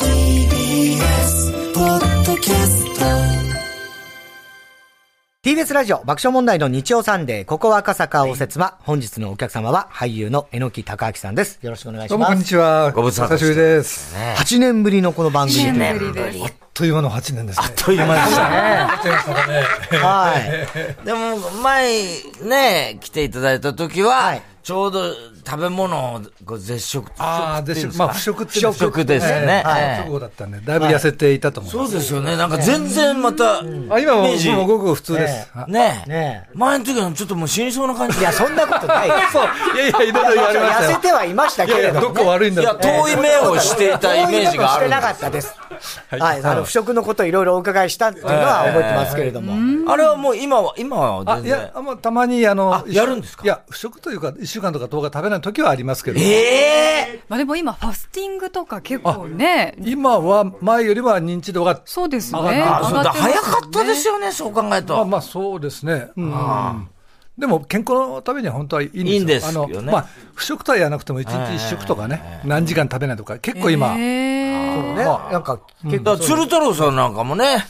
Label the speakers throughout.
Speaker 1: TBS ポッドキャスト
Speaker 2: TBS ラジオ爆笑問題の日曜サンデー、ここは赤坂応接間、本日のお客様は俳優の榎木隆明さんです。よろしくお願いし
Speaker 3: どうも
Speaker 2: ま
Speaker 3: こんに
Speaker 2: す。
Speaker 3: ちは。
Speaker 4: ご無沙汰
Speaker 3: お久しぶりです。あ
Speaker 2: 8年ぶりのこの番組ということで。
Speaker 3: っという間の8年ですね。あっ
Speaker 4: という間でした。
Speaker 2: はい。
Speaker 4: でも、前、ね、来ていただいた時は、
Speaker 2: はい
Speaker 4: ちょうど食べ物をこう絶食。
Speaker 3: ああ、でしょ、まあ、不食っていうん
Speaker 4: 不食ですよね
Speaker 3: はい
Speaker 4: はい
Speaker 3: 直後だったんで、だいぶ痩せていたと思い
Speaker 4: そ
Speaker 3: ま
Speaker 4: う
Speaker 3: す。
Speaker 4: ですよね。なんか全然また、
Speaker 3: あ、今はも
Speaker 4: イメージ
Speaker 3: うもうごく普通です。あ
Speaker 4: ね
Speaker 2: ねえ
Speaker 4: 前の時はちょっともう死にそうな感じ。
Speaker 2: いや、そんなことないです。
Speaker 3: そう。いやい や、いろいろ言われました
Speaker 2: 痩
Speaker 3: よ
Speaker 2: せ。てはいました
Speaker 3: い
Speaker 2: け
Speaker 3: やい
Speaker 2: れ
Speaker 3: や、
Speaker 2: ど
Speaker 3: ど
Speaker 2: も、
Speaker 3: こ
Speaker 2: ね。
Speaker 3: 悪いんだ
Speaker 4: いや、
Speaker 3: って。
Speaker 4: 遠い目をしていたイメージがあ
Speaker 2: そう
Speaker 4: る
Speaker 2: いうことして
Speaker 4: ん
Speaker 2: なか
Speaker 4: で
Speaker 2: っ
Speaker 4: す。
Speaker 2: たです。はい。あの、不食のこといろいろお伺いしたっていうのは覚えてますけれども。
Speaker 4: あれはもう今は、今は
Speaker 3: あ、
Speaker 4: 全
Speaker 3: い
Speaker 4: 然
Speaker 3: や、。もうたまに、あの、
Speaker 4: やるんですか
Speaker 3: いや、不食というか、1週間とか10日食べない時はありますけど。
Speaker 4: ええ
Speaker 5: まあでも今、ファスティングとか結構ね、
Speaker 3: 今は、前よりは認知度が、
Speaker 5: そうですね。
Speaker 3: 上がった
Speaker 4: ー、そう
Speaker 5: 上が
Speaker 4: だ、
Speaker 5: てますよね
Speaker 4: 早かったですよね、そう考える
Speaker 3: まあ
Speaker 4: と。
Speaker 3: まあ、そうですね。うん。でも、健康のためには本当はいいんですよ。
Speaker 4: いいんですよね
Speaker 3: あのまあ、不食とは言わなくても、1日1食とかね、何時間食べないとか、結構今、
Speaker 5: へー
Speaker 2: ね。なんか、結
Speaker 4: だ
Speaker 2: 構
Speaker 4: から、鶴太郎さんなんかもね、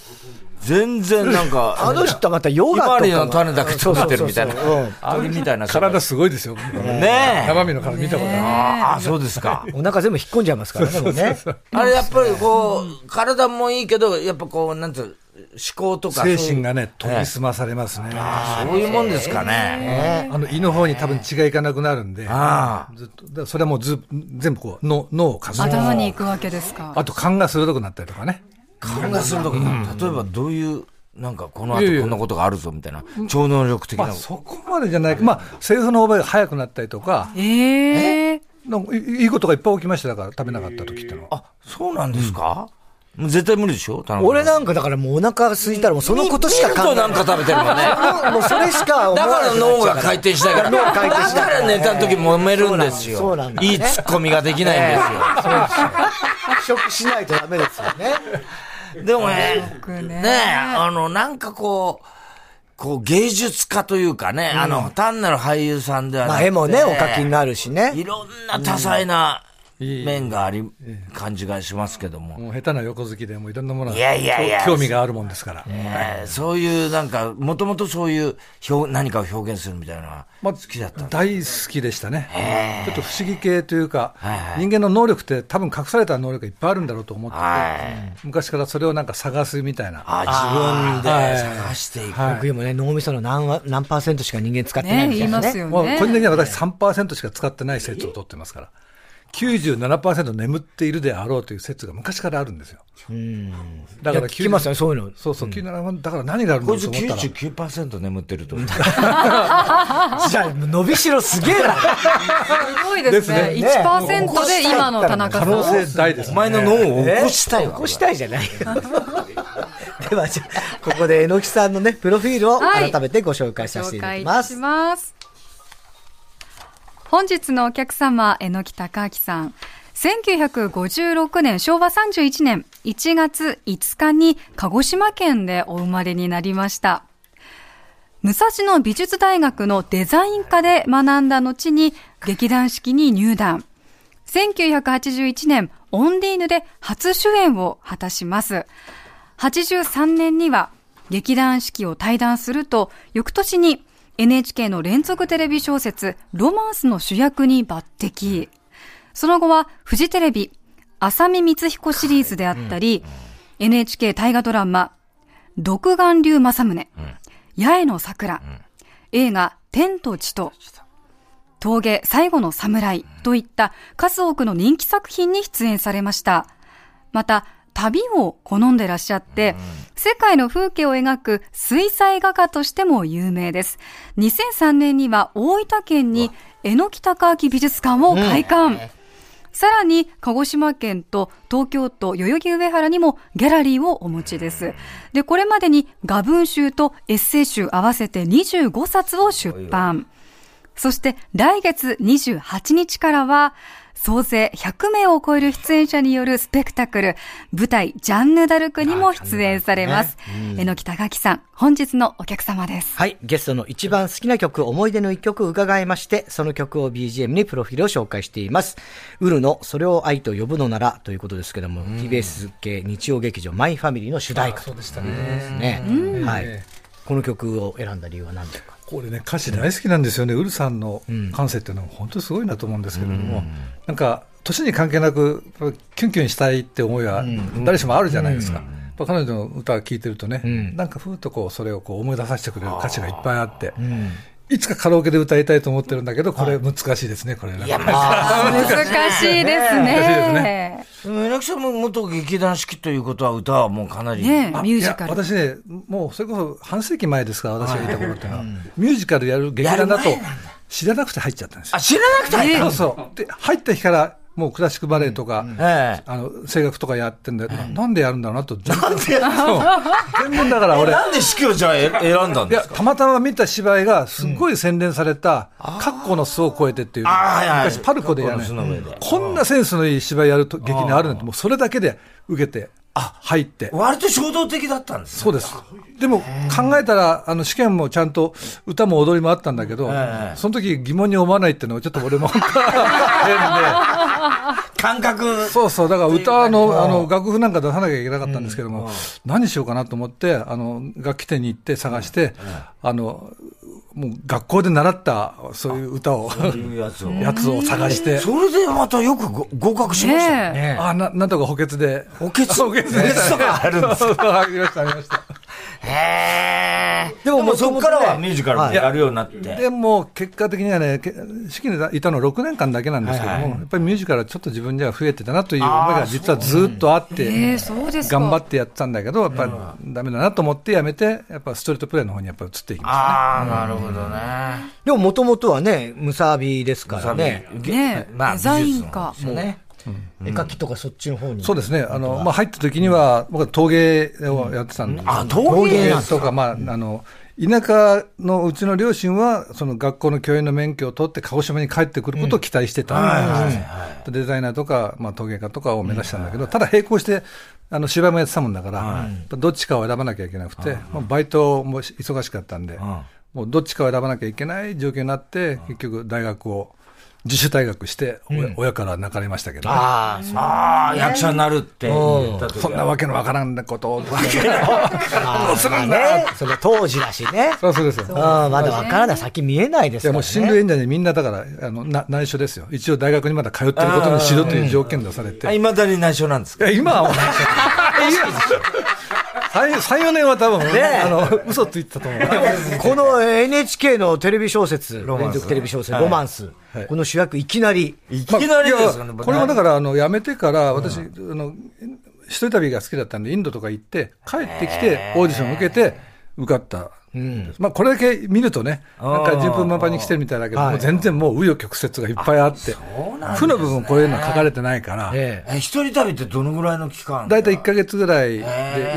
Speaker 4: 全然なんか、
Speaker 2: あの人はまたヨ
Speaker 4: ひ
Speaker 2: ガ
Speaker 4: ま
Speaker 2: と
Speaker 4: わ
Speaker 2: か。
Speaker 4: りの種だけ食べてるみたいな
Speaker 2: そうそうそう。
Speaker 4: 鳥みたいな。
Speaker 3: 体すごいですよ。
Speaker 4: ねえ。
Speaker 3: 生身の体見たことない。
Speaker 4: ああ、そうですか。
Speaker 2: うんお腹全部引っ込んじゃいますからね、でもね。
Speaker 4: あれやっぱりこう、体もいいけど、やっぱこう、なんつう、思考とか。
Speaker 3: 精神が
Speaker 4: ね。
Speaker 3: ね、研ぎ澄まされますね。あ
Speaker 4: そういうもんですかね。
Speaker 3: の胃の方に多分血がいかなくなるんで、
Speaker 4: あ
Speaker 3: ずっとだからそれはもうず全部こう脳脳をかすめ
Speaker 5: 頭
Speaker 3: あ
Speaker 5: に行くわけですか。
Speaker 3: と勘が鋭くなったりとかね。
Speaker 4: 感がするとか、例えばどういう、なんかこの
Speaker 3: いやい
Speaker 4: 後
Speaker 3: や
Speaker 4: こんなことがあるぞみたいな、超能力的
Speaker 3: ま
Speaker 4: な
Speaker 3: あ。そこまでじゃないけど、まあセリフの覚えが早くなったりとか、
Speaker 5: ええ。
Speaker 3: なんかいいいことがいっぱい起きましただから食べなかった時っていうのは。
Speaker 4: あ、そうなんですかもう絶対無理でしょ田中さん
Speaker 2: 俺なんかだからもうお腹が空いたらもうそのことしか
Speaker 4: 見る
Speaker 2: 考え
Speaker 4: と
Speaker 2: な
Speaker 4: ないん。か食べてるもんね。
Speaker 2: もうそれしか思
Speaker 4: だ
Speaker 2: わ
Speaker 4: から脳が回転しないから。
Speaker 2: 脳
Speaker 4: だ
Speaker 2: 回転しない
Speaker 4: からネタの時揉めるんですよ。
Speaker 2: そうなんだ
Speaker 4: いいツッコミができないんですよ。
Speaker 2: 食しないとダメですよね。
Speaker 4: でもね、
Speaker 5: 僕ね
Speaker 4: ねあの、なんかこう、こう芸術家というかね、あの、単なる俳優さんではな
Speaker 2: まあ
Speaker 4: くて。
Speaker 2: 絵もね、お書きになるしね
Speaker 4: い。ろんな多彩な面があり、感じがしますけども。
Speaker 3: もう下手な横好きでもういろんなものが
Speaker 4: いやいやいや
Speaker 3: 興興味があるもんですから。
Speaker 4: えーそういう、なんか、もともとそういう表、何かを表現するみたいなのは、
Speaker 3: まあ、
Speaker 4: 好きだった。
Speaker 3: 大好きでしたね、ちょっと不思議系というか、人間の能力って、多分隠された能力がいっぱいあるんだろうと思ってて、
Speaker 4: はい。
Speaker 3: 昔からそれをなんか探すみたいな、
Speaker 4: あ、自分
Speaker 3: はい
Speaker 4: で探していく。
Speaker 3: はい
Speaker 2: 僕でもね、脳みその何わ何パーセントしか人間使ってない
Speaker 5: ね
Speaker 2: みた
Speaker 5: 言い
Speaker 2: いな
Speaker 5: ます
Speaker 2: ね。
Speaker 5: よ
Speaker 3: もう個
Speaker 5: ね。
Speaker 3: 人的には私、3%しか使ってない説を取ってますから、97%眠っているであろうという説が昔からあるんですよ。だ
Speaker 2: いや聞きますよねそういうの
Speaker 3: そうそう、97%だから何があるんだ
Speaker 4: こ
Speaker 3: ろ
Speaker 4: いう
Speaker 3: と
Speaker 4: つ
Speaker 3: 思ったら、
Speaker 4: 99%眠ってると。
Speaker 2: じゃあ、伸びしろすげえな。
Speaker 5: すごいですね。
Speaker 2: ですね
Speaker 5: 1%で今の田中さ
Speaker 3: 可
Speaker 5: ん。
Speaker 3: 能性大です、
Speaker 4: お前の脳を起こしたいわ。
Speaker 2: 起こしたいじゃない。 では、じゃあ、ここで榎木さんのね、プロフィールを
Speaker 5: はい
Speaker 2: 改めてご紹介させていただきま
Speaker 5: 紹介いたし
Speaker 2: す。
Speaker 5: ます本日のお客様、榎木隆明さん。1956年、昭和31年1月5日に鹿児島県でお生まれになりました。武蔵野美術大学のデザイン科で学んだ後に劇団四季に入団。1981年、オンリーヌで初主演を果たします。83年には劇団四季を退団すると、翌年に NHK の連続テレビ小説ロマンスの主役に抜擢。その後はフジテレビ、浅見光彦シリーズであったり、NHK 大河ドラマ、独眼竜政宗、八重の桜、映画天と地と、峠最後の侍といった数多くの人気作品に出演されました。また、旅を好んでらっしゃって、世界の風景を描く水彩画家としても有名です。2003年には大分県に榎木隆明美術館を開館。さらに、鹿児島県と東京都代々木上原にもギャラリーをお持ちです。で、これまでに画文集とエッセイ集合わせて25冊を出版。そして来月28日からは、総勢100名を超える出演者によるスペクタクル、舞台、ジャンヌ・ダルクにも出演されます。榎木隆さん、本日のお客様です。
Speaker 2: はい。ゲストの一番好きな曲、思い出の一曲伺いまして、その曲を BGM にプロフィールを紹介しています。ウルのそれを愛と呼ぶのならということですけども、TBS 系日曜劇場マイファミリーの主題歌
Speaker 3: そ
Speaker 2: と
Speaker 3: うで
Speaker 2: で
Speaker 3: したね。
Speaker 2: すね。は
Speaker 3: え
Speaker 2: い。この曲を選んだ理由は何ですか
Speaker 3: これね、歌詞大好きなんですよね、ウルさんの感性っていうのは本当にすごいなと思うんですけれども、なんか、年に関係なく、キュンキュンしたいって思いは、誰しもあるじゃないですか。やっぱ彼女の歌を聴いてるとね、なんかふーっとこうそれをこう思い出させてくれる歌詞がいっぱいあって、いつかカラオケで歌いたいと思ってるんだけど、これ難しいですね、これ。
Speaker 4: いや、まあ、
Speaker 5: 難しいですね。
Speaker 4: でも柳さんも元劇団四季ということは歌はもうかなり。
Speaker 5: ね
Speaker 4: あ
Speaker 5: ミュージカ
Speaker 3: いや
Speaker 5: ル。
Speaker 3: 私ね、もうそれこそ半世紀前ですから、私がいた頃っていうのは、ミュージカルやる劇団だと
Speaker 4: やる前なん
Speaker 3: 知らなくて入っちゃったんですよ
Speaker 4: あ、。知らなくて入った
Speaker 3: そうそう。で、入った日から、もうクラシックバレエとか、
Speaker 4: ええ
Speaker 3: あの、声楽とかやってんだよ、なんでやるんだろうなと。なんでやる全然だから俺、
Speaker 4: なんで四季をじゃあえ選んだん
Speaker 3: い
Speaker 4: で
Speaker 3: や、
Speaker 4: すか
Speaker 3: たまたま見た芝居が、すっごい洗練された、格好の巣を越えてっていう、
Speaker 4: あーはいはい
Speaker 3: 昔パルコでやる
Speaker 4: 過去の巣の上で、
Speaker 3: こんなセンスのいい芝居やると劇団あるなんて、もうそれだけで受けて、入って。
Speaker 4: 割と衝動的だったんですね
Speaker 3: そうです。でも考えたら、あの試験もちゃんと歌も踊りもあったんだけど、その時疑問に思わないっていうのはちょっと俺も 変で、
Speaker 4: 感覚。
Speaker 3: そうそう、だから歌のあの楽譜なんか出さなきゃいけなかったんですけども、何しようかなと思って、あの楽器店に行って探して、あの、もう学校で習ったそういう歌 を、
Speaker 4: いうやつを。
Speaker 3: やつを探して、
Speaker 4: それでまたよくご合格しましたね。
Speaker 5: ねえ
Speaker 3: あ、ななんとか補欠で。
Speaker 4: 補欠
Speaker 3: 補欠でした
Speaker 4: とかあるんで す
Speaker 3: そうそうありました、ありました。
Speaker 4: へー。でも
Speaker 2: も
Speaker 4: もうそこからは
Speaker 2: ね
Speaker 4: ミュージカルもやるようになって。
Speaker 3: でも結果的にはね、け式にいたの6年間だけなんですけども、やっぱりミュージカルはちょっと自分では増えてたなという思いが実はずっとあって、
Speaker 5: ええそうですか
Speaker 3: 頑張ってやってたんだけど、やっぱりダメだなと思ってやめて、やっぱストリートプレーの方にやっぱ移っていきまし
Speaker 4: ああ、なるほどね。
Speaker 2: でも、もともとはね、ムサビですからね。
Speaker 5: ねえデザインか。
Speaker 2: もうね。絵描きとかそっちの方に。
Speaker 3: た。そうですね、あの、まあ、入った時には、僕は陶芸をやってたんで、
Speaker 4: あ、陶芸なんです
Speaker 3: と
Speaker 4: か。
Speaker 3: か、まあ、あの、田舎のうちの両親は、その学校の教員の免許を取って、鹿児島に帰ってくることを期待してたんですねデザイナーとか、まあ、陶芸家とかを目指したんだけど、ただ並行して、あの芝居もやってたもんだから、どっちかを選ばなきゃいけなくて、まあ、バイトもし忙しかったんで、もうどっちかを選ばなきゃいけない状況になって、結局、大学を、自主退学して、お親から泣かれましたけどね、
Speaker 2: ああ、
Speaker 4: ああ、役者になるって言った時
Speaker 3: そんなわけのわからんことを、
Speaker 2: どうするんだその当時だしね。
Speaker 3: そうそうですよ。
Speaker 2: ああまだわからない。先見えないです
Speaker 3: い
Speaker 2: からね。
Speaker 3: やもう親類演者にみんなだから、あのな内緒ですよ、一応大学にまだ通ってることにしろという条件出されて、
Speaker 4: あ、い
Speaker 3: い
Speaker 4: まだに内緒なんですか
Speaker 3: や今 はもう内緒3、4年は多分ね、あの嘘ついてたと 思う、
Speaker 2: この NHK のテレビ小説、連続テレビ小説、ロマンス、
Speaker 3: はい
Speaker 2: この主役、いきなり、
Speaker 4: いきなりですよ
Speaker 3: ま
Speaker 4: ね、
Speaker 3: あいやこれもだ
Speaker 4: か
Speaker 3: から、あの、辞めてから、私、あの、一人旅が好きだったんで、インドとか行って、帰ってきて、オーディション受けて、受かった。まあ、これだけ見るとね、なんか順風満帆に来てるみたいだけど、もう全然もう紆余曲折がいっぱいあって、負の部分こういうのは書かれてないから、
Speaker 2: ええ
Speaker 4: ら。え、一人旅ってどのぐらいの期間
Speaker 3: 大体1ヶ月ぐらいで、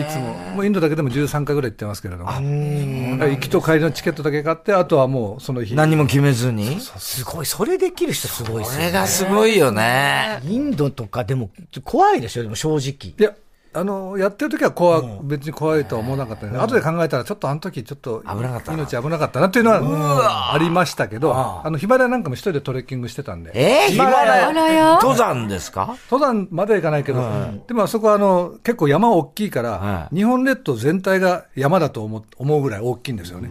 Speaker 3: いつも、もうインドだけでも13回ぐらい行ってますけれども、行きと帰りのチケットだけ買って、あとはもうその日、
Speaker 4: 何も決めずに
Speaker 2: すごい、それできる人すごいで
Speaker 4: こ
Speaker 2: す
Speaker 4: れ
Speaker 2: よ。
Speaker 4: がすごいよね。
Speaker 2: インドとかでも怖いでしょ、でも正直。
Speaker 3: いや、あの、やってる時は怖、別に怖いとは思わなかったけど、後で考えたら、ちょっとあの時ちょっと、
Speaker 4: 危なかったな
Speaker 3: 命危なかったなっていうのは、ありましたけど、あの、ヒマラヤなんかも一人でトレッキングしてたんで、
Speaker 4: えー、ヒマ
Speaker 5: ヒマラヤ
Speaker 4: 登山ですか
Speaker 3: 登山までは行かないけど、でもあそこはあの、結構山大きいから
Speaker 4: は、
Speaker 3: 日本列島全体が山だと思う思うぐらい大きいんですよね。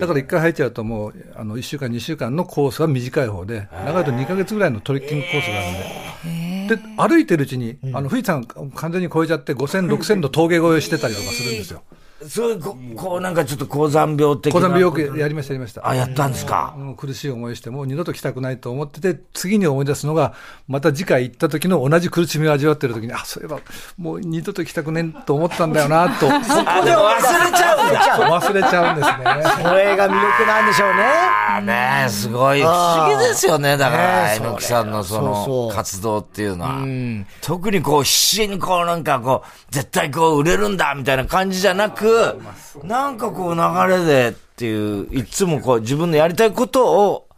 Speaker 3: だから一回入っちゃうともう、あの、1週間、2週間のコースは短い方で、長いと2ヶ月ぐらいのトレッキングコースがあるんで、で、歩いてるうちに、あの、富士山完全に越えちゃって、5000、6000の峠越えしてたりとかするんですよ。
Speaker 4: そういうこ、こうなんかちょっと高山病的な。
Speaker 3: 小山病よくやりました、やりました。
Speaker 4: あ、やったんですか。
Speaker 3: もう苦しい思いして、もう二度と来たくないと思ってて、次に思い出すのが、また次回行った時の同じ苦しみを味わってる時に、あ、そういえば、もう二度と来たくねえと思ったんだよな、 と。
Speaker 4: あ、でも忘れちゃうんだ。
Speaker 3: 忘れちゃうんです ね。
Speaker 2: これが魅力なんでしょうね。
Speaker 4: あーねえ、すごい。不思議ですよね。だから、
Speaker 2: ねえ
Speaker 4: えのきさんの
Speaker 2: そ
Speaker 4: そ
Speaker 2: うそう
Speaker 4: の活動っていうのは。特にこう、必死にこう、なんかこう、絶対こう、売れるんだみたいな感じじゃなく、なんかこう、流れでっていう、いつもこう、自分のやりたいことを、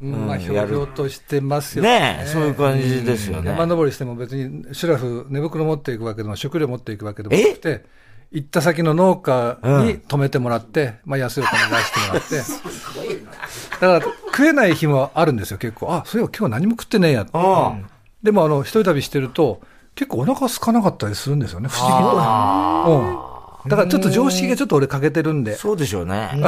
Speaker 3: うんまあ、ひょ
Speaker 4: や
Speaker 3: う
Speaker 4: る
Speaker 3: ひょうとしてますよ
Speaker 4: ねえ、そういう感じですよね。
Speaker 3: 山登りしても別にシュラフ、寝袋持っていくわけでも、食料持っていくわけでもなくて、行った先の農家に泊めてもらって、まあ安いお金出してもらって、だから食えない日もあるんですよ、結構、あそういえば今日何も食ってねえやって、
Speaker 4: うん。
Speaker 3: でもあの一人旅してると、結構お腹空かなかったりするんですよね、不思議と。うんだからちょっと常識がちょっと俺欠けてるんで、
Speaker 4: そうでしょうね。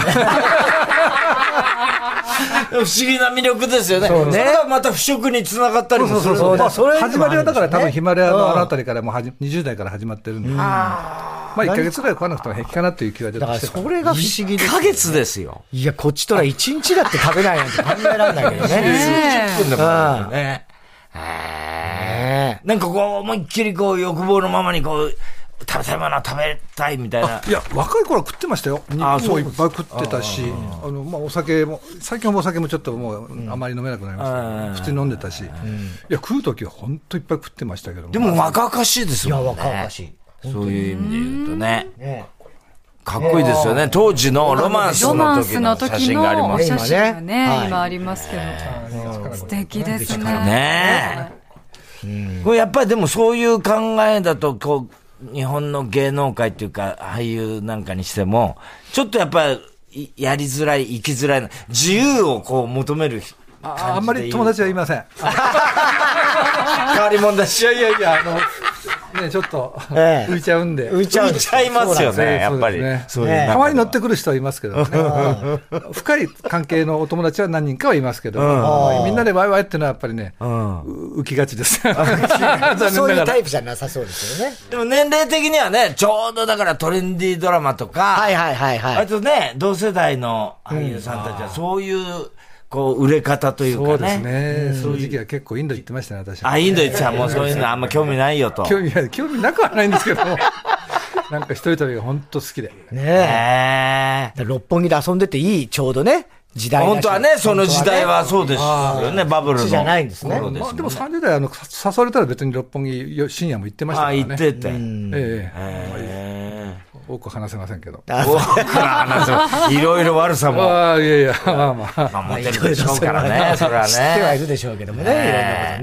Speaker 4: 不思議な魅力ですよね。それがまた腐食につながったりもする
Speaker 3: まあ
Speaker 2: それ
Speaker 3: 始まりはだから多分ヒマラヤのあの
Speaker 2: うん
Speaker 3: あたりからもうはじ20代から始まってるんで、まあ1ヶ月ぐらい食わなくても平気かなっていう気はちょっ
Speaker 2: だか
Speaker 3: と
Speaker 2: ら
Speaker 3: してた
Speaker 2: それが不思議で
Speaker 4: 1
Speaker 2: す。
Speaker 4: ヶ月ですよ。
Speaker 2: いや、こっちとら一日だって食べないなんて考えられないけどね。
Speaker 4: 数十分でもあるよ
Speaker 2: うん
Speaker 4: ね。へーなんかこう、思いっきりこう、欲望のままにこう、食べたいものは食べたいみたいな。
Speaker 3: いや、若い頃は食ってましたよ。肉
Speaker 4: あそ
Speaker 3: も
Speaker 4: う
Speaker 3: いっぱい食ってたし、あの、まあ、お酒も、最近はもうお酒もちょっともう、あまり飲めなくなりましたけ
Speaker 4: う
Speaker 3: ど。
Speaker 4: ん
Speaker 3: 普通に飲んでたし、いや、食う時は本当いっぱい食ってましたけど
Speaker 4: でも若々しいですもんね。
Speaker 2: いや若々しい
Speaker 4: そういう意味で言うとね。
Speaker 2: ね
Speaker 4: かっこいいですよね。当時のロマンス
Speaker 5: ロマンス
Speaker 4: の
Speaker 5: の
Speaker 4: 時の写
Speaker 5: 時
Speaker 4: 真があり
Speaker 5: の
Speaker 4: ま
Speaker 5: お
Speaker 4: す。
Speaker 5: 写真がね、
Speaker 2: はい
Speaker 5: 今ありますけど、素敵ですね。
Speaker 4: ねこれやっぱりでもそういう考えだと、こう、日本の芸能界っていうか、俳優なんかにしても、ちょっとやっぱり、いやりづらい、生きづらいな、自由をこう求める感じで
Speaker 3: ああんまり友達はいません。
Speaker 4: 変わり者だし。
Speaker 3: いやいやいや、あの、ね、ちょっと、
Speaker 2: ええ
Speaker 3: 浮いちゃうんで。
Speaker 2: 浮いちゃう。
Speaker 4: 浮いちゃいますよね、やっぱり。
Speaker 3: そう
Speaker 2: ういう中では
Speaker 3: たまに乗ってくる人はいますけどね。深い関係のお友達は何人かはいますけど、まあみんなでワイワイっていうのはやっぱりね、う浮きがちです。
Speaker 2: そ
Speaker 3: そう
Speaker 2: いうタイプじゃなさそうですよね。
Speaker 4: でも年齢的にはね、ちょうどだからトレンディードラマとか、
Speaker 2: はいはいはいは
Speaker 4: あ
Speaker 2: い。
Speaker 4: とね、同世代の俳優さんたちはそういう、こう、売れ方というかね。
Speaker 3: そうですね。そういう時期は結構インド行ってましたね、私は。
Speaker 4: あ、インド行ってたもうそういうのあんま興味ないよと。
Speaker 3: 興味は興味なくはないんですけど も、なんか一人旅が本当好きで。
Speaker 2: ね
Speaker 4: へ
Speaker 2: え。六本木で遊んでていい、ちょうどね、時代
Speaker 4: ー
Speaker 2: だし
Speaker 4: 本当はね、その時代。はそうですよね、バブルの。
Speaker 2: こっちじゃないんですね
Speaker 4: 頃です
Speaker 3: まあ、
Speaker 4: もん
Speaker 3: で
Speaker 4: ね
Speaker 3: も30代あの、さ誘われたら別に六本木よ深夜も行ってましたか
Speaker 4: あ、
Speaker 3: らね。
Speaker 4: 行ってて。
Speaker 3: ええ
Speaker 4: へ
Speaker 3: 多くは話せませんけど。
Speaker 4: ー多くの話をいろいろ悪さも。
Speaker 3: ああ、いやいや、まあまあ。
Speaker 4: まあ、持って
Speaker 2: 本
Speaker 4: る
Speaker 2: 当
Speaker 4: で
Speaker 2: に
Speaker 4: しょうから ね、それはね。
Speaker 2: 知ってはいるでしょうけどもね、い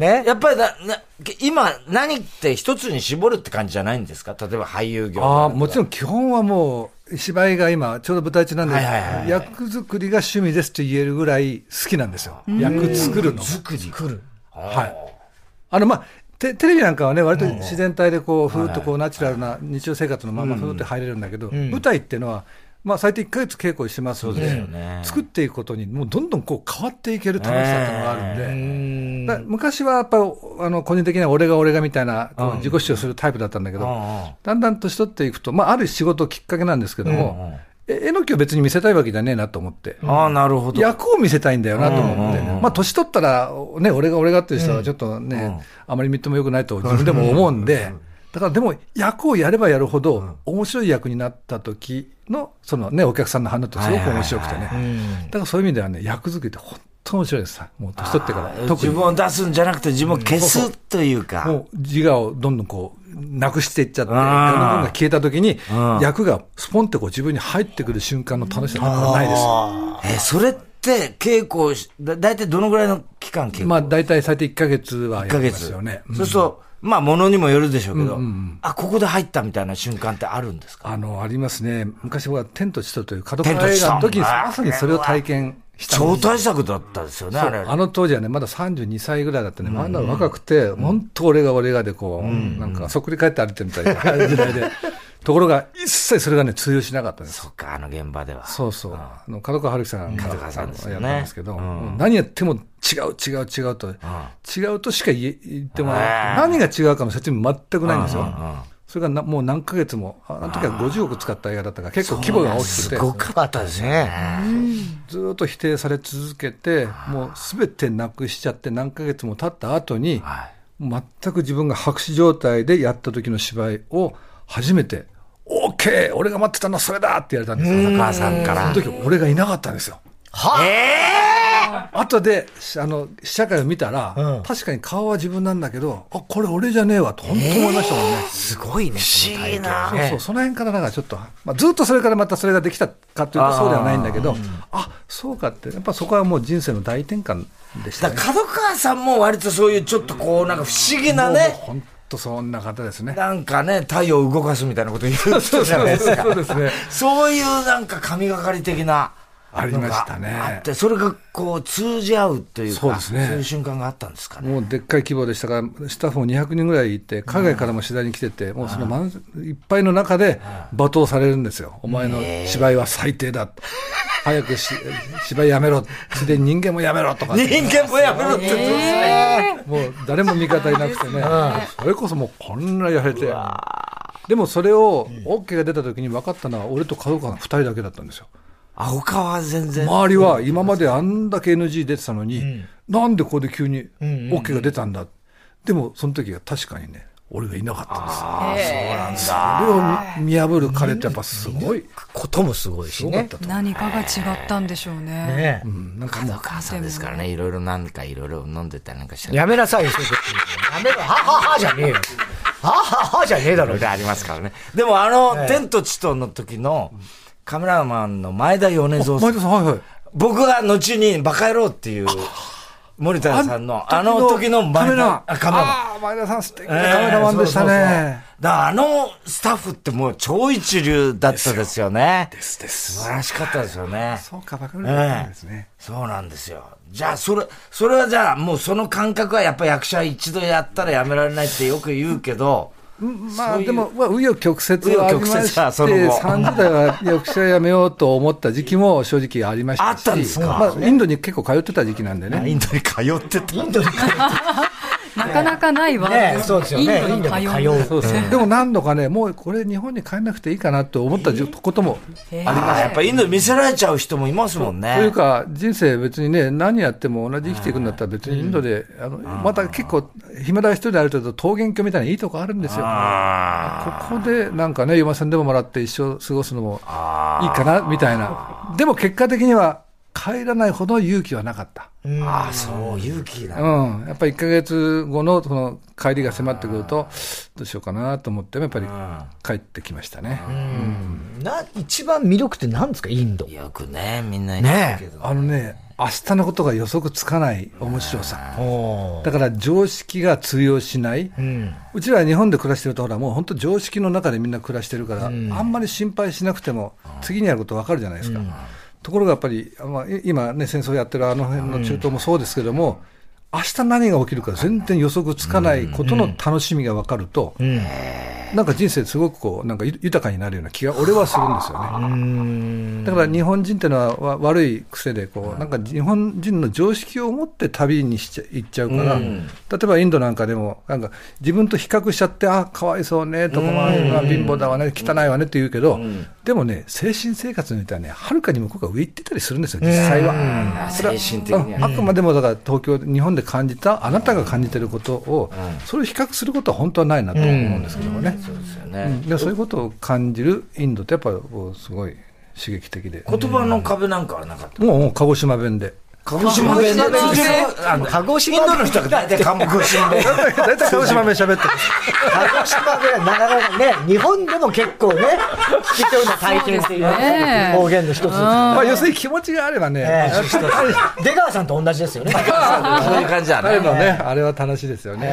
Speaker 2: ろんなことね。
Speaker 4: やっぱりなな今、何って一つに絞るって感じじゃないんですか例えば俳優業。
Speaker 3: ああ、もちろん基本はもう、芝居が今、ちょうど舞台中なんで
Speaker 4: はいはいはいは、い
Speaker 3: 役作りが趣味ですと言えるぐらい好きなんですよ。役作るのが。
Speaker 4: 作り。来る。
Speaker 3: はい。あの、まあ、テテレビなんかはね、割と自然体でこう、ふーっとこう、ナチュラルな日常生活のまま、ふーって入れるんだけど、舞台っていうのは、まあ、最低1ヶ月稽古してますので、
Speaker 4: ね
Speaker 3: 作っていくことに、もうどんどんこう、変わっていける楽しさっていうのがあるんで、だから昔はやっぱり、あの、個人的には俺が俺がみたいな、こう自己主張するタイプだったんだけど、だんだん年取っていくと、まあ、ある仕事きっかけなんですけども、ええのきを別に見せたいわけじゃねえなと思って。
Speaker 4: ああ、なるほど。
Speaker 3: 役を見せたいんだよなと思って、まあ、年取ったら、ね、俺が俺がっていう人はちょっとね、あまりみっともよくないと自分でも思うんで、だからでも、役をやればやるほど、面白い役になった時の、そのね、お客さんの反応ってすごく面白くてね、だからそういう意味ではね、役作りって本当面白いですさ、もう年取ってから、特
Speaker 4: 自
Speaker 3: に
Speaker 4: 分。を出すんじゃなくて自分を消すというか。
Speaker 3: もう自我をどんどんこう、なくしていっちゃって、いろん
Speaker 4: ん
Speaker 3: なものが消えた時に、役がスポンってこう自分に入ってくる瞬間の楽しさはないです。
Speaker 4: え、それって稽古をし、だ大体どのぐらいの期間稽古
Speaker 3: まあ、大体最低1ヶ月は
Speaker 4: 1
Speaker 3: や
Speaker 4: ヶ
Speaker 3: ってま
Speaker 4: 月。
Speaker 3: すよね。
Speaker 4: そうすると、まあ、ものにもよるでしょうけど、あ、ここで入ったみたいな瞬間ってあるんですか
Speaker 3: あの、ありますね。昔僕は天と地とという角川
Speaker 4: 天と
Speaker 3: 映
Speaker 4: 地と
Speaker 3: 画の時に、
Speaker 4: あー
Speaker 3: まさにそれを体験したん
Speaker 4: 超
Speaker 3: ですよ
Speaker 4: 大作だったですよね、あれ。
Speaker 3: あの当時はね、まだ32歳ぐらいだったね、まだ若くて、本当俺が俺がでこう、なんかそっくり返って歩いてみたいな時代で、 ところが一切それがね、通用しなかったんです。
Speaker 4: そっか、あの現場では。
Speaker 3: そうそう。あの、角川春樹さんが
Speaker 4: 角川さんです
Speaker 3: あ
Speaker 4: よね
Speaker 3: のやったんですけど、もう何やっても違う違う違うと、違うとしか言え言ってもらえない。何が違うかの説明全くないんですよ。それがなもう何ヶ月も、ああの時は50億使った映画だったから、結構規模が大きくて
Speaker 4: す、ごかったですね。
Speaker 2: ね。
Speaker 3: ずーっと否定され続けて、もうすべてなくしちゃって、何ヶ月も経った後に、全く自分が白紙状態でやった時の芝居を初めて、OK! 俺が待ってたのはそれだって言われたんですよ。
Speaker 4: お母さんから。
Speaker 3: その時俺がいなかったんですよ。後で、しあの、試写会を見たら、確かに顔は自分なんだけど、あ、これ俺じゃねえわと、本当思いましたもんね。
Speaker 4: すごいね。不思議な。
Speaker 3: そうそう、その辺からなんかちょっと、まあ、ずっとそれからまたそれができたかというと、そうではないんだけど、あそうかって、やっぱそこはもう人生の大転換でした
Speaker 4: だ
Speaker 3: ね。
Speaker 4: から角川さんも割とそういうちょっとこう、なんか不思議な
Speaker 3: もう
Speaker 4: ね。
Speaker 3: 本当そんな方ですね。
Speaker 4: なんかね、太陽を動かすみたいなこと言う人じゃないですか。
Speaker 3: そうですね。
Speaker 4: そういうなんか神がかり的な。
Speaker 3: ありましたね
Speaker 4: あって、それがこう通じ合うというか、
Speaker 3: そうですね
Speaker 4: いう瞬間があったんですかね。
Speaker 3: もうでっかい規模でしたから、スタッフも200人ぐらいいて、海外からも次第に来てて、もうその満いっぱいの中で罵倒されるんですよ、お前の芝居は最低だ、早くし 芝居やめろ、ついでに人間もやめろとかって、
Speaker 4: 人間もやめろって言ってますね。
Speaker 3: もう誰も味方いなくてね、それこそもうこんなやれて、でもそれを OK が出た時に分かったのは、俺と角川の2人だけだったんですよ。
Speaker 4: あ、他は全然。
Speaker 3: 周りは今まであんだけ NG 出てたのに、なんでここで急に OK が出たんだ、でもその時は確かにね俺がいなかったんですそうなんだそれを見見破る彼ってやっぱすごい
Speaker 2: こともすごいしね。
Speaker 5: 何かが違ったんでしょうね。
Speaker 2: ね
Speaker 4: お母さんですからね、いろいろなんかいろいろ飲んでたりなんかして、い
Speaker 2: やめなさいよ、そういうことやめろ、はははじゃねえよ。はははじゃねえだろ
Speaker 4: ろい。ろありますからね。でもあの、天と地との時の、カメラマンの前田米蔵さ
Speaker 3: 前
Speaker 4: ん
Speaker 3: 田。さんはいはい
Speaker 4: 僕が後にバカ野郎っていう、森田さんの、あの時の
Speaker 3: カメ
Speaker 4: 前
Speaker 3: ラ
Speaker 4: 田、あカメラマン。
Speaker 3: あー前田さん素敵な
Speaker 4: えー
Speaker 3: カメラマンでしたね、
Speaker 4: そうそうそうだからあのスタッフってもう超一流だったですよね。ですです。素晴らしかったですよね。
Speaker 3: そうかバカ
Speaker 4: ええ
Speaker 3: ですね、
Speaker 4: そうなんですよ。じゃあ、それ、それはじゃあ、もうその感覚はやっぱ役者は一度やったらやめられないってよく言うけど、
Speaker 3: まあ
Speaker 4: そういう
Speaker 3: でも、まあ、紆余曲折はありま
Speaker 4: 紆余
Speaker 3: して、
Speaker 4: 曲折はその後
Speaker 3: 30代は役者辞めようと思った時期も正直ありましたし、
Speaker 4: あったんですか
Speaker 3: まあ、インドに結構通ってた時期なんでね、
Speaker 4: インドに通ってた。インドに
Speaker 5: なかなかないわ。
Speaker 2: ねそうですよね。
Speaker 5: イ
Speaker 2: イ
Speaker 5: ン
Speaker 2: ン
Speaker 5: ド
Speaker 2: ド
Speaker 5: に
Speaker 2: に
Speaker 5: 通
Speaker 2: 通
Speaker 5: う。
Speaker 2: う。
Speaker 3: でも何度かね、もうこれ、日本に帰んなくていいかなと思ったじことも、
Speaker 4: あります。やっぱインドに見せられちゃう人もいますもんね。
Speaker 3: というか、人生、別にね、何やっても同じ生きていくんだったら、別にインドで、あのまた結構、暇だ一人である程度、桃源郷みたいないいとこあるんですよ、ここでなんかね、嫁さんでももらって、一生過ごすのもいいかなみたいな、でも結果的には、帰らないほど勇気はなかった。
Speaker 4: ああ、そう、勇気だ。
Speaker 3: うん、やっぱり1か月後のその帰りが迫ってくると、どうしようかなと思っても、やっぱり帰ってきましたね。
Speaker 2: な、一番魅力って何ですか、インド。
Speaker 4: よくね、みんな言うけど。
Speaker 3: あのね、明日のことが予測つかない面白さ、
Speaker 2: おー
Speaker 3: だから常識が通用しない、うちらは日本で暮らしてると、ほら、もう本当、常識の中でみんな暮らしてるから、あんまり心配しなくても、次にやること分かるじゃないですか。ところがやっぱり、あまあ、い今ね、戦争やってるあの辺の中東もそうですけども、明日何が起きるか全然予測つかないことの楽しみが分かると、なんか人生すごくこう、なんかゆ豊かになるような気が、俺はするんですよね。だから日本人ってのはわ悪い癖でこう、なんか日本人の常識を持って旅にしちゃ行っちゃうから、例えばインドなんかでも、なんか自分と比較しちゃって、あかわいそうね、とこもあるな、貧乏だわね、汚いわねって言うけど、でもね、精神生活みたいにはるかに向こうが上行ってたりするんですよ、実際は。それは
Speaker 4: 精神的には
Speaker 3: うんあくまでもだから東京、日本で感じた、あなたが感じてることを、それを比較することは本当はないなと思うんですけどもね。
Speaker 4: そうですよ
Speaker 3: う
Speaker 4: ね
Speaker 3: ん。でそういうことを感じるインドってやっぱこうすごい刺激的で。
Speaker 4: 言葉の壁なんかはなかった。
Speaker 3: もうもう鹿児島弁 で。
Speaker 4: 鹿児島弁で、そしてあの
Speaker 2: 鹿児島
Speaker 4: イン
Speaker 2: 弁
Speaker 4: ドの人が大体鹿児島弁。
Speaker 3: 大体鹿児島弁喋ってます。
Speaker 2: 鹿児島ぐらい、なかなかね、日本でも結構ね、聞けるような体験っていうね方言の一つですよね。
Speaker 3: まあ要するに気持ちがあればね、
Speaker 2: ええ 出川さんと同じですよね。
Speaker 4: そういう感じだ
Speaker 3: 彼
Speaker 4: ね。
Speaker 3: のね、あれは楽しいですよね。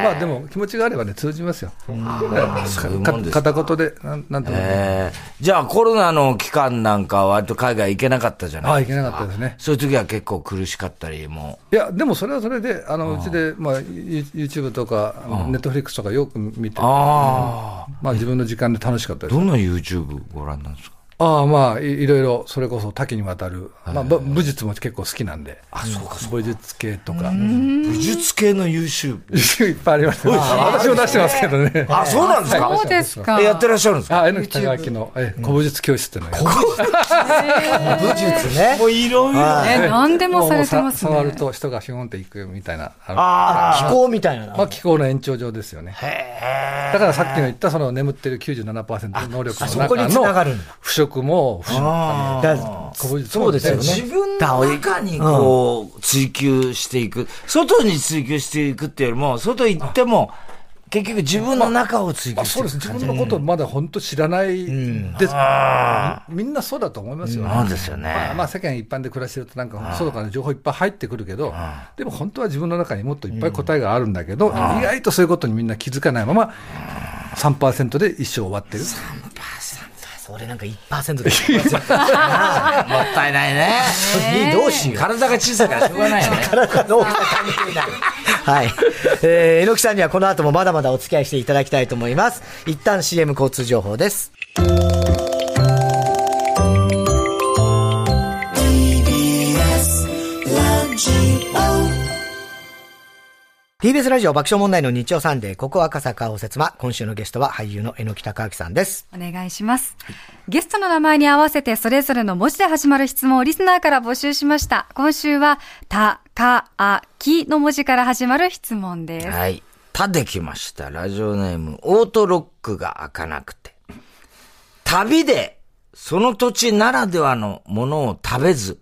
Speaker 3: まあまあでも気持ちがあればね、通じますよ。
Speaker 4: そういう
Speaker 3: か
Speaker 4: もんですか
Speaker 3: 片言で、なんなんとも。
Speaker 4: えーじゃあコロナの期間なんかは割と海外行けなかったじゃ
Speaker 3: あ
Speaker 4: な
Speaker 3: あ、
Speaker 4: い
Speaker 3: いけなかったですね。
Speaker 4: そういう時は結構苦しかったり、も
Speaker 3: いや、でもそれはそれで、あの、うちで、まあ、ユ YouTube とか、ネットフリックスとかよく見て
Speaker 4: う。、ああ。
Speaker 3: まあ自分の時間で楽しかったです。
Speaker 4: どんな YouTube ご覧なんですか
Speaker 3: ああまあいいろいろそれこそ多岐にわたる、まあ、ぶ武術も結構好きなんであそうか武術系とかい
Speaker 4: 武術系の優秀部。
Speaker 3: っぱいありますね私も出してますけどね
Speaker 4: あ、そうなんですか
Speaker 5: そうですか。
Speaker 4: えやってらっしゃるん ですか
Speaker 3: あえのきたがきのえ古武術教室っていうのが
Speaker 2: 武術ね。
Speaker 4: もういろいろ。
Speaker 5: ね、何でも
Speaker 3: も
Speaker 5: さ
Speaker 3: う
Speaker 5: れて
Speaker 3: さ
Speaker 5: ますね。
Speaker 3: 触ると人がひょんっていくみたいなあの
Speaker 4: あ
Speaker 2: 気候みたいなの。
Speaker 3: まあ、気候の延長上ですよね。だからさっきの言ったその眠ってる97%の能力の
Speaker 2: あそこに繋が
Speaker 3: 中
Speaker 2: る
Speaker 3: の
Speaker 2: んだ
Speaker 3: 腐食も腐食
Speaker 4: あ。
Speaker 2: だ
Speaker 3: 古物
Speaker 2: そうですよね
Speaker 4: 自分の中にこう、追求していく。外に追求していくっていうよりも、外行っても、結局自分の中を追求
Speaker 3: あ
Speaker 4: し
Speaker 3: そ
Speaker 4: て
Speaker 3: う
Speaker 4: い
Speaker 3: で
Speaker 4: く
Speaker 3: す。自分のことまだ本当知らないです、みんなそうだと思いますよね。
Speaker 4: なんですよね
Speaker 3: まあ、まあ世間一般で暮らしてるとなんか外から情報いっぱい入ってくるけど、でも本当は自分の中にもっといっぱい答えがあるんだけど、意外とそういうことにみんな気づかないまま3%で一生終わってる。
Speaker 2: それなんか1%で。
Speaker 4: もったいないね。
Speaker 2: どうしよう。
Speaker 4: 体が小さいからしょうがないよね。
Speaker 2: の大きさ関係ない。はい。えー、えのきさんにはこの後もまだまだお付き合いしていただきたいと思います。一旦 CM 交通情報です。TBS ラジオ爆笑問題の日曜サンデー、ここ赤坂応接間。今週のゲストは俳優のえのきたかあきさんです。
Speaker 5: お願いします。ゲストの名前に合わせてそれぞれの文字で始まる質問をリスナーから募集しました。今週は、た、か、あ、きの文字から始まる質問です。
Speaker 4: はい。たできました。ラジオネーム、オートロックが開かなくて。旅で、その土地ならではのものを食べず、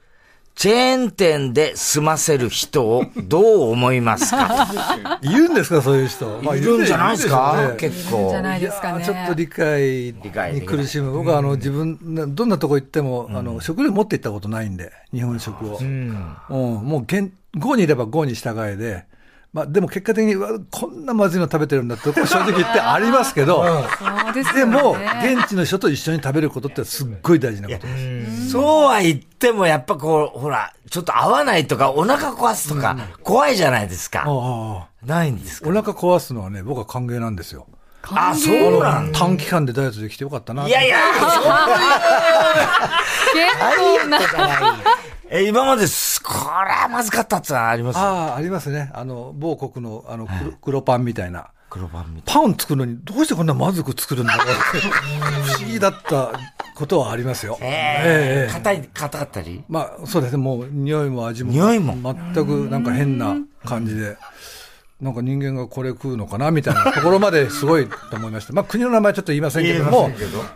Speaker 4: チェーン店で済ませる人をどう思いますか
Speaker 3: いるんですか、そういう人。まあ
Speaker 4: いるんじゃないです
Speaker 3: るでしょう
Speaker 4: か
Speaker 3: ね
Speaker 4: 結
Speaker 5: いいんじ
Speaker 4: 構
Speaker 5: ゃ。ないですか
Speaker 3: いや
Speaker 5: ね。
Speaker 3: ーちょっと理解
Speaker 4: 解で
Speaker 3: に
Speaker 4: きない
Speaker 3: 苦しむ、僕はあの自分、どんなとこ行っても、あの食料持って行ったことないんで、日本食を。うんもう現郷にいれば郷に従えで、まあ、でも結果的に、うわこんなまずいの食べてるんだって、これ正直言ってありますけど、
Speaker 5: そうです
Speaker 3: で
Speaker 5: よね。
Speaker 3: も、現地の人と一緒に食べることってすっごい大事なことです。
Speaker 4: そうは言っても、やっぱこう、ほら、ちょっと合わないとか、お腹壊すとか、怖いじゃないです
Speaker 3: ああ
Speaker 4: か。
Speaker 3: ああ
Speaker 4: ないんですか
Speaker 3: お腹壊すのはね、僕は歓迎なんですよ。
Speaker 4: あ、そうなんだ。
Speaker 3: 短期間でダイエットできてよかったな。
Speaker 4: いやいや、
Speaker 5: 結構な。
Speaker 4: え今まです、これはまずかったってのはあります
Speaker 3: ああ、ありますね。あの、某国の、あの、黒黒パンみたいな。
Speaker 4: 黒番みたい
Speaker 3: パン作るのにどうしてこんなまずく作るんだろうって 不思議だったことはありますよ。
Speaker 4: な。
Speaker 3: ええええ
Speaker 4: 硬い、硬かったり
Speaker 3: まあそうですね、もう匂いも味も
Speaker 4: 匂いも
Speaker 3: 全くなんか変な感じで、なんか人間がこれ食うのかなみたいなところまですごいと思いました、まあ、国の名前ちょっと言いませんけども、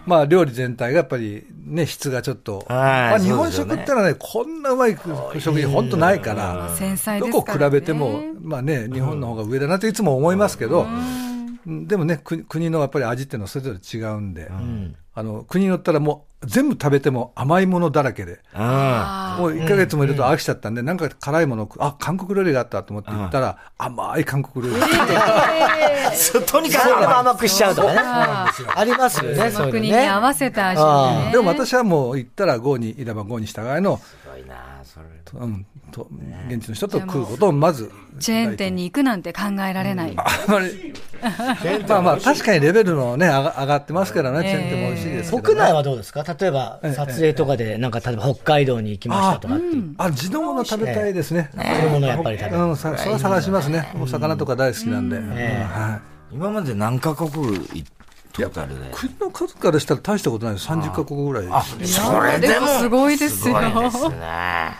Speaker 3: まあ、料理全体がやっぱり、ね、質がちょっと、まあ、日本食ってのはね、こんなうまい食品、本当ないから。
Speaker 5: 繊細
Speaker 3: ど
Speaker 5: です
Speaker 3: こ
Speaker 5: から、
Speaker 3: 比
Speaker 5: ね。
Speaker 3: べても、まあね、日本の方が上だなっていつも思いますけど、でもね、国国のやっぱり味っていうのはそれぞれ違うんで、あの国によったらもう全部食べても甘いものだらけで、もう1ヶ月もいると飽きちゃったんで、なんか辛いものを、あ、韓国料理があったと思って行ったら、甘い韓国料理。
Speaker 4: そうとにか
Speaker 2: それでも
Speaker 4: く、
Speaker 2: 甘くしちゃうとかね。
Speaker 5: あ
Speaker 2: ありますよね、
Speaker 5: ーそ
Speaker 2: そういう
Speaker 5: の
Speaker 2: の
Speaker 5: 国に合
Speaker 2: ね。
Speaker 5: わせた味にね。
Speaker 3: でも私はもう行ったら、郷にいれば郷に従いの、
Speaker 4: すごいなそれ。
Speaker 3: うん、と現地の人と食うことをまず。
Speaker 5: チェーン店に行くなんて考えられない。
Speaker 3: あんまり。まあまあ、確かにレベルのね、上が上がってますからね、チェーン店も美味しいですけどね。
Speaker 2: 国内はどうですか例えば、撮影とかで、なんか、例えば北海道に行きましたとかっていう。
Speaker 3: あ、地のもの食べたいですね。
Speaker 2: そういうものをやっぱり食べる。
Speaker 3: うん、さそれは探しますね。お魚とか大好きなんで。うんはい
Speaker 4: 今まで何カ国行ったことあるね。
Speaker 3: 国の数からしたら大したことないです。30カ国ぐらいです。
Speaker 4: それでも、
Speaker 5: すごいですよ
Speaker 4: すごいですね。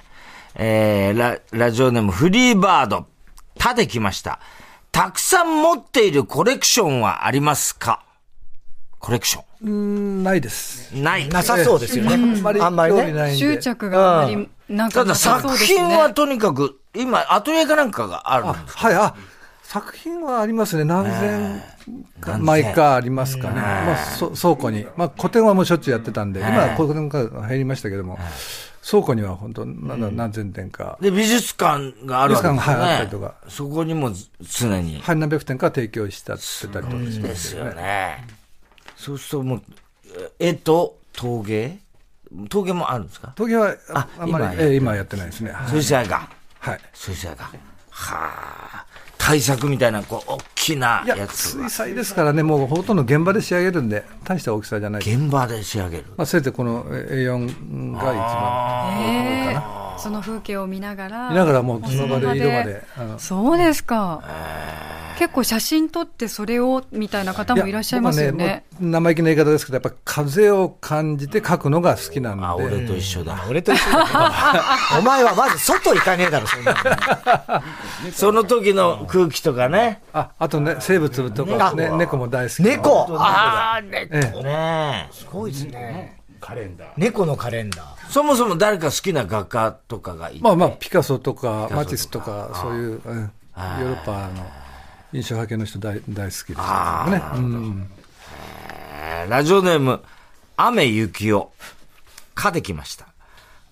Speaker 4: えー、ラ、ラジオネームフリーバード。たできました。たくさん持っているコレクションはありますかコレクショ
Speaker 3: ないです。
Speaker 4: ン。ない。
Speaker 2: なさそうですよね。あんまり
Speaker 3: 興
Speaker 2: ね。
Speaker 3: 味ないんで
Speaker 5: 執着があまり、なんか
Speaker 4: ただ
Speaker 5: なさそう
Speaker 4: 作
Speaker 5: ですね。
Speaker 4: 品はとにかく、今、アトリエかなんかがあるんです
Speaker 3: はい、あ、作品はありますね。何千か枚かありますかね。まあ、そ倉庫に。まあ、個展はもうしょっちゅうやってたんで、今、個展が減りましたけども、倉庫には本当、なんだ何千点か。
Speaker 4: で、美術館があるわけですよね。
Speaker 3: 美術館がはいあったりとか
Speaker 4: そこにもず常に。
Speaker 3: はい、何百点か提供したってたりとかして。
Speaker 4: ですよね。そうするともう、え絵と陶芸陶芸もあるんですか
Speaker 3: 東京はあ
Speaker 4: あ
Speaker 3: あんまり
Speaker 4: 今やっ
Speaker 3: ええ今はやってないですね。
Speaker 4: 水彩画。
Speaker 3: はい。
Speaker 4: 水彩画。はあ。改作みたいな、こう、大きない
Speaker 3: や、
Speaker 4: やつは
Speaker 3: 水彩ですからね、もうほとんど現場で仕上げるんで、大した大きさじゃないです。
Speaker 4: 現場で仕上げる。
Speaker 3: まあ、せいぜいこのえ A4 が一番。
Speaker 5: えーその風景を見ながら。
Speaker 3: 見ながらもうその場で色まで。うん
Speaker 5: そうですか。結構写真撮ってそれをみたいな方もいらっしゃいますよ
Speaker 3: 僕は
Speaker 5: ね。
Speaker 3: もう生意気な言い方ですけど、やっぱ風を感じて描くのが好きなん
Speaker 4: あ、
Speaker 3: で。
Speaker 4: 俺と一緒だ。
Speaker 2: 俺と一緒だなお前はまず外行かねえだろ、そんな の。
Speaker 4: その時の空気とかね。
Speaker 3: あ、あとね、生物とか、ね、猫も大好き。
Speaker 2: 猫あ
Speaker 4: ああ、猫ねえ
Speaker 2: すごいですね。カレンダー。猫のカレンダー。
Speaker 4: そもそも誰か好きな画家とかがいて。
Speaker 3: まあまあ、ピカソとか、マティスとか、そういう、うんヨーロッパの印象派系の人大大好きですけどね。うん
Speaker 4: えーラジオネーム、雨雪を、かできました。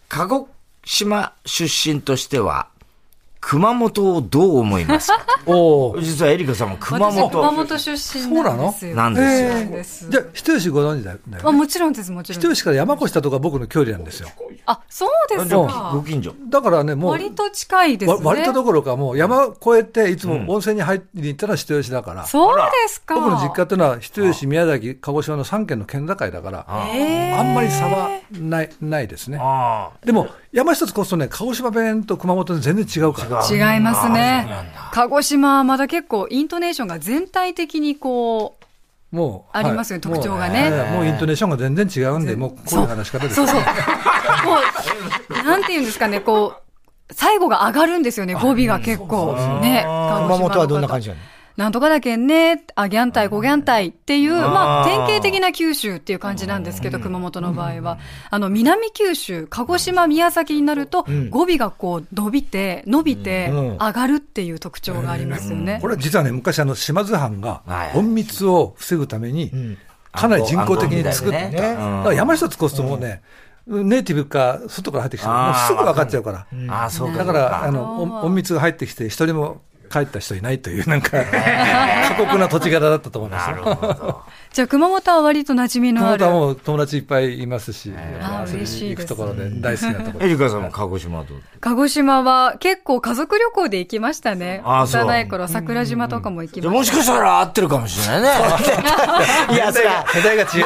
Speaker 4: 鹿児島出身としては、熊本をどう思いますか実はエリカさんも熊
Speaker 5: 私、熊
Speaker 4: 本
Speaker 5: 本出身なんですよ。
Speaker 4: なんですよ。
Speaker 5: そうです
Speaker 3: じゃあ、人吉ご存知だよね
Speaker 5: あ、。もちろんです、もちろん
Speaker 3: 人
Speaker 5: です。
Speaker 3: 吉から山越したとか僕の距離なんですよ。
Speaker 5: あ、そうです
Speaker 4: でもご
Speaker 5: か。
Speaker 4: 近所。
Speaker 3: だからね、もう。
Speaker 5: 割と近いです
Speaker 3: わ
Speaker 5: ね。
Speaker 3: 割とどころか、もう山越えて、いつも温泉に入りに行ったら人吉だから、
Speaker 5: そうですか。
Speaker 3: 僕の実家っていうのは、人吉、宮崎、鹿児島の3県の県境だから、あ
Speaker 5: えー
Speaker 3: んまり差はないないですね。
Speaker 4: あ
Speaker 3: でも、山一つこそね、鹿児島弁と熊本弁全然違うから。
Speaker 5: 違いますね。鹿児島はまだ結構イントネーションが全体的にこう、
Speaker 3: もう。
Speaker 5: ありますよ特徴がね
Speaker 3: もうええもうイントネーションが全然違うんで、もうこういう話し方です
Speaker 5: そう。そう。もう、なんて言うんですかね、こう、最後が上がるんですよね、語尾が結構。ね。
Speaker 2: 熊本はどんな感
Speaker 5: じ
Speaker 2: じなの
Speaker 5: なんとかだけんね、あギャンタイ、ごギャンタイっていう、まあ、典型的な九州っていう感じなんですけど、熊本の場合は。あの、南九州、鹿児島、宮崎になると、語尾がこう、伸びて、伸びて、
Speaker 2: うん
Speaker 5: 上がるっていう特徴がありますよね
Speaker 3: こ。れは実はね、昔あの、島津藩が
Speaker 4: はい
Speaker 3: 隠密を防ぐために、かなり人工的に作った。
Speaker 4: 暗号みたい
Speaker 3: だ
Speaker 4: なね
Speaker 3: から山一つこそもうね、ネイティブか外から入ってきたら、もうすぐ分かっちゃうから。
Speaker 4: あ、ああ、そう
Speaker 3: だ
Speaker 4: か。
Speaker 3: から、あの、お隠密が入ってきて、一人も帰った人いないという、なんか、 過酷な土地柄だったと思いますよ。
Speaker 5: じゃあ、熊本は割と馴染みの
Speaker 3: 熊
Speaker 5: ある
Speaker 3: 本は。もう友達いっぱいいますし、
Speaker 5: あー
Speaker 3: 遊び
Speaker 5: 嬉しい
Speaker 3: に行
Speaker 5: で
Speaker 3: く
Speaker 5: す
Speaker 3: ところで大好きなとこ
Speaker 4: エ
Speaker 3: ろ。
Speaker 4: リカさんも鹿児島はどう
Speaker 5: 鹿児島は結構家族旅行で行きましたね。
Speaker 4: あそう
Speaker 5: 幼い頃、桜島とかも行き
Speaker 4: じゃ
Speaker 5: ま
Speaker 4: あ
Speaker 5: し
Speaker 4: もしかしたら合ってるかもしれないね。
Speaker 2: いや、そりゃ、
Speaker 3: 世代が違う。
Speaker 2: あってる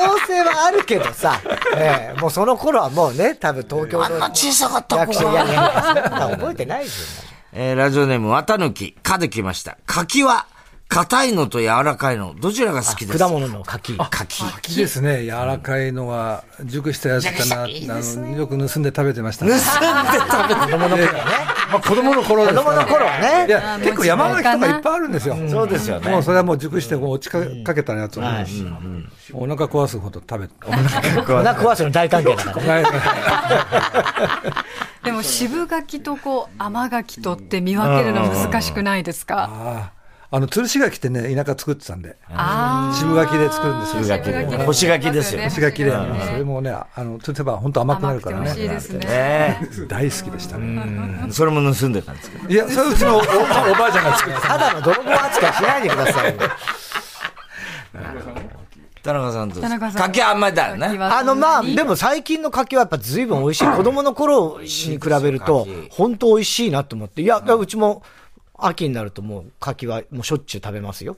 Speaker 2: 可能性はあるけどさ、ええもうその頃はもうね、多分東京の
Speaker 4: あんな小さかった
Speaker 2: 役
Speaker 4: 子
Speaker 2: 所いや
Speaker 4: が
Speaker 2: い。やいや、そんな覚えてないですよ。
Speaker 4: えーラジオネーム、綿抜き、かできました。柿は、硬いのと柔らかいの、どちらが好きですか
Speaker 2: 果物の柿。
Speaker 4: 柿。
Speaker 3: 木ですね、柔らかいのは、熟したやつかな、あの、よく盗んで食べてました。盗んで食べて子供の頃ね。 まあ子供の頃です
Speaker 2: 子
Speaker 3: か
Speaker 2: 供
Speaker 3: ら
Speaker 2: の頃はね
Speaker 3: い。や、結構山崎とかいっぱいあるんですよ。
Speaker 4: そうですよね
Speaker 3: もうそれはもう熟して、もう落ちかけたやつをね、お腹壊すほど食べて。お腹
Speaker 2: お腹壊すの大歓迎だからね。
Speaker 5: た。でも渋柿とこう、甘柿とって見分けるの難しくないですか。
Speaker 3: ああの、吊るし柿ってね、田舎作ってたんで、
Speaker 5: あー
Speaker 3: 渋柿で作るんですよ。
Speaker 4: 渋柿で干し柿ですよね
Speaker 5: 干
Speaker 3: 干し
Speaker 5: し
Speaker 3: 柿
Speaker 5: 柿
Speaker 3: で。
Speaker 5: で
Speaker 3: それもね、あの、吊るせば本当甘くな
Speaker 5: 甘
Speaker 3: る
Speaker 5: く
Speaker 3: か
Speaker 5: て
Speaker 3: ら
Speaker 5: 美味しい
Speaker 3: ね。
Speaker 5: ですね。
Speaker 4: え
Speaker 3: 大好きでしたね。
Speaker 4: ーそれも盗んでたんですけど。
Speaker 3: いや、それうちのおおばあちゃんが作ってた。
Speaker 2: ただの泥棒扱いしないでくださいよ。
Speaker 4: 田中さんどうで
Speaker 5: 田
Speaker 4: す
Speaker 5: 中
Speaker 4: か
Speaker 5: さん。
Speaker 4: 柿はあんまりだよね。
Speaker 2: あの、まあ、で
Speaker 5: も、
Speaker 2: も最近の柿はやっぱ随分美味しい。子供の頃に比べると、本当美味しいなと思って。いや、うちも秋になるともう柿はもうしょっちゅう食べますよ。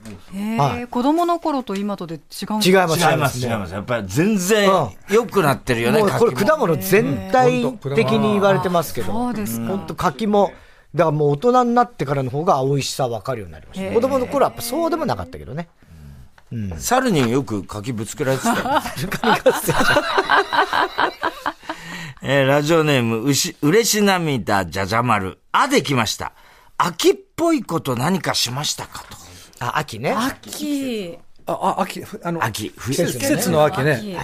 Speaker 2: は
Speaker 5: へー子供の頃と今とで違うん
Speaker 2: 違い
Speaker 5: ですか
Speaker 2: ます、
Speaker 4: 違います、違います。やっぱり全然
Speaker 2: うん
Speaker 4: 良くなってるよね、
Speaker 2: もう
Speaker 4: 柿
Speaker 2: こ
Speaker 4: も。
Speaker 2: れ果物全体的に言われてますけど、
Speaker 5: そうですか
Speaker 2: 本当柿も、だからもう大人になってからの方が美味しさ分かるようになりました。子供の頃はやっぱそうでもなかったけどね。
Speaker 4: 猿によく柿ぶつけられてたよえーラジオネーム、うし、うれし涙じゃじゃ丸。あできました。秋っぽいこと何かしましたかと。
Speaker 2: あ、秋ね。
Speaker 5: 秋。
Speaker 3: あ、あ、秋、ふあの、
Speaker 4: 秋、冬
Speaker 3: 季節季節の秋
Speaker 5: 秋
Speaker 3: ね。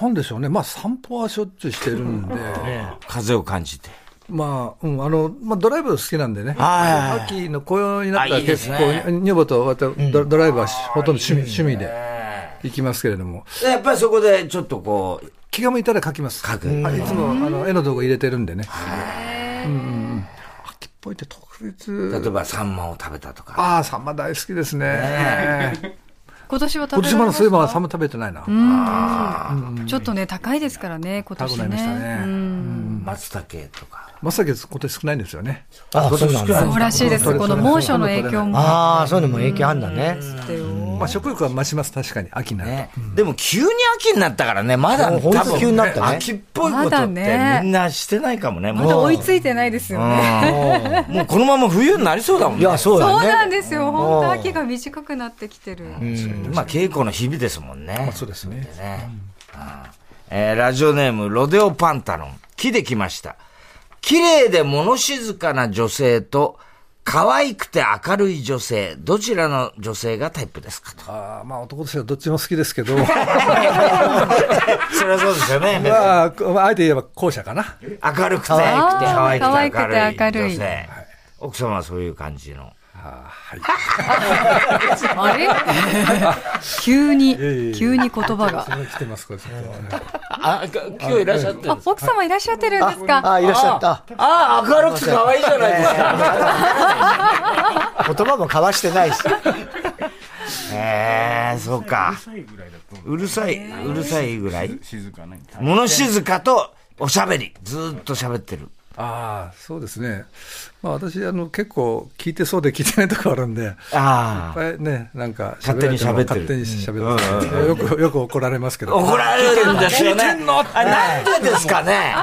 Speaker 3: なんでしょうね。まあ散歩はしょっちゅうしてるんで、
Speaker 4: 風を感じて。
Speaker 3: まあ、うん、あの、まあドライブ好きなんでね。
Speaker 4: はいはい
Speaker 3: 秋の紅葉になった
Speaker 4: あ
Speaker 3: ら
Speaker 4: いいで
Speaker 3: 結
Speaker 4: すね
Speaker 3: 構、女房と私ドドライブはしほとんど趣味、趣味で行きますけれども、
Speaker 4: でやっぱりそこでちょっとこう、
Speaker 3: 気が向いたら描きます。
Speaker 4: 書く。
Speaker 3: あいつも、あの、絵の道具入れてるんでね。うんうんうん。秋っぽいって特別。
Speaker 4: 例えばサンマを食べたとか。
Speaker 3: ああ、サンマ大好きですね。
Speaker 5: 今年は食
Speaker 3: 今
Speaker 5: べ
Speaker 3: 年
Speaker 5: られ
Speaker 3: ま
Speaker 5: ま
Speaker 3: だ
Speaker 5: し
Speaker 3: そういえばサ
Speaker 5: た
Speaker 3: ンマ食べてないな。
Speaker 5: ちょっとね、高いですからね、今
Speaker 3: 高く
Speaker 5: 年
Speaker 3: なりましたね
Speaker 5: ね。うん
Speaker 4: 松茸とか。
Speaker 3: まさき今年少ないんですよね。
Speaker 2: あそうなんだ。
Speaker 5: そうらしいです。この猛暑の影響も。
Speaker 2: ああ、そういうのも影響あんだね。
Speaker 3: まあ、食欲は増します、確かに、秋になると。
Speaker 4: ね、でも急に秋になったからね、まだ
Speaker 2: もう
Speaker 4: ね
Speaker 2: ほんと
Speaker 4: 多分
Speaker 2: 急になったね
Speaker 4: 秋っぽいことって
Speaker 5: まだね
Speaker 4: みんなしてないかもね、
Speaker 5: ま
Speaker 4: も
Speaker 5: だ追いついてないですよね。
Speaker 4: う。もうこのまま冬になりそうだも
Speaker 2: い
Speaker 4: んね。
Speaker 2: や、そう
Speaker 5: そう
Speaker 2: だ
Speaker 5: な
Speaker 2: よ
Speaker 5: ん
Speaker 2: ね。
Speaker 5: ですよ。本当秋が短くなってきてる。
Speaker 4: まあ稽古の日々ですもんね。
Speaker 3: まあ、そうですね。
Speaker 4: ね。うんえーラジオネーム、ロデオパンタロン。木で来ました。綺麗で物静かな女性と、可愛くて明るい女性、どちらの女性がタイプですかと。
Speaker 3: あーまあ、男としてはどっちも好きですけど、
Speaker 4: それはそうですよね。
Speaker 3: まあ、こあえて言えば後者かな。
Speaker 4: 明るくて、
Speaker 5: あー
Speaker 4: 可愛くて
Speaker 5: 可愛くて
Speaker 4: 明
Speaker 5: 明
Speaker 4: る
Speaker 5: る
Speaker 4: い
Speaker 5: い
Speaker 4: 女性。奥様はそういう感じの。
Speaker 5: あ れ急に、急に言葉が。
Speaker 3: 来てます、これ。
Speaker 4: あ、今日いらっしゃって
Speaker 5: あ、奥様いらっしゃってるんですか
Speaker 2: ああ、いらっしゃった。
Speaker 4: あー、明るくて可愛いじゃないですか。
Speaker 2: 言葉も交わしてないし。
Speaker 4: えー、そうか。うるさい、うるさいぐらい。物静かとおしゃべり。ずーっと喋ってる。
Speaker 3: ああ、そうですね。まあ、私、あの、結構聞いてそうで聞いてないとこあるんで、
Speaker 4: ああ。
Speaker 3: いっぱいね、なんか、
Speaker 4: 勝手に喋ってる
Speaker 3: 勝手に喋ってる。よく、よく怒られますけど。
Speaker 4: 怒られるんですよね。あなんでですかね。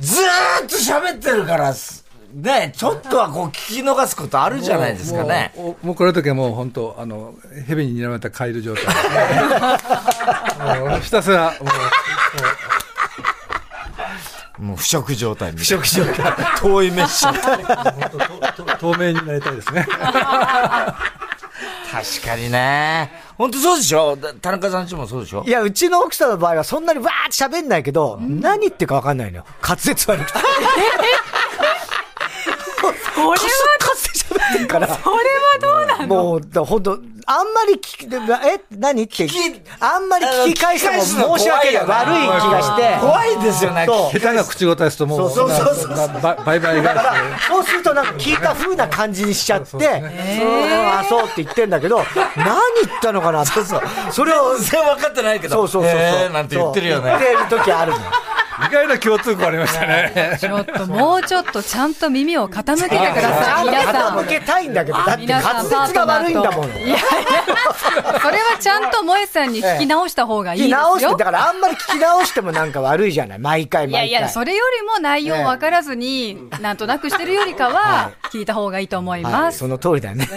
Speaker 4: ずーっと喋ってるからす、ね、ちょっとはこう聞き逃すことあるじゃないですかね。
Speaker 3: もう、もうこれ時はもう本当、あの、蛇に睨まれたカエル状態。 もうひたすら、もう、
Speaker 4: もう腐食状態腐食状態。遠い飯状態。
Speaker 3: 透明になりたいです ね。
Speaker 4: 確かにね。本当そうでしょ田中さんちもそうでしょ
Speaker 2: いや、うちの奥さんの場合はそんなにわーって喋んないけど、何言ってるかわかんないのよ。滑舌悪くて。これはカスカスで喋ってるから。それはどうなのもう、だからほんと、あんまり聞き、でえ、何って
Speaker 4: き、
Speaker 2: あんまり聞き返すのも申し訳ない。悪い気がして。
Speaker 4: 怖いですよね。
Speaker 2: そう
Speaker 3: 下手な口答えするともう、
Speaker 2: そうそうそう
Speaker 3: ななばバイバイ
Speaker 2: だか
Speaker 3: が。
Speaker 2: ら、そうするとなんか聞いた風な感じにしちゃって、そう、あ、そうって言ってんだけど、何言ったのかなって、それを、
Speaker 4: 全然分かってないけど。
Speaker 2: そうそうそうそう。
Speaker 4: えーなんて言ってるよ
Speaker 2: そう
Speaker 4: ね。
Speaker 2: 言ってる時あるの。
Speaker 3: 意外な共通項ありました ね。
Speaker 5: ちょっともうちょっとちゃんと耳を傾けてください、皆さ
Speaker 2: 傾
Speaker 5: ん。
Speaker 2: けたいんだけど、だって
Speaker 5: 皆さ
Speaker 2: 滑
Speaker 5: ん、パー
Speaker 2: 舌
Speaker 5: ト
Speaker 2: が
Speaker 5: ナ
Speaker 2: 悪い
Speaker 5: ー
Speaker 2: ん
Speaker 5: と。
Speaker 2: だもの。
Speaker 5: いやいや、それはちゃんと萌えさんに聞き直した方がいい
Speaker 2: 聞
Speaker 5: で
Speaker 2: き
Speaker 5: す
Speaker 2: 直して、
Speaker 5: よ
Speaker 2: だ。からあんまり聞き直してもなんか悪いじゃない。毎回
Speaker 5: いや
Speaker 2: 毎回。
Speaker 5: いや、それよりも内容分からずに、なんとなくしてるよりかは、聞いた方がいいと思い
Speaker 2: は
Speaker 5: ま
Speaker 2: い、
Speaker 5: す。
Speaker 2: その通りだよね。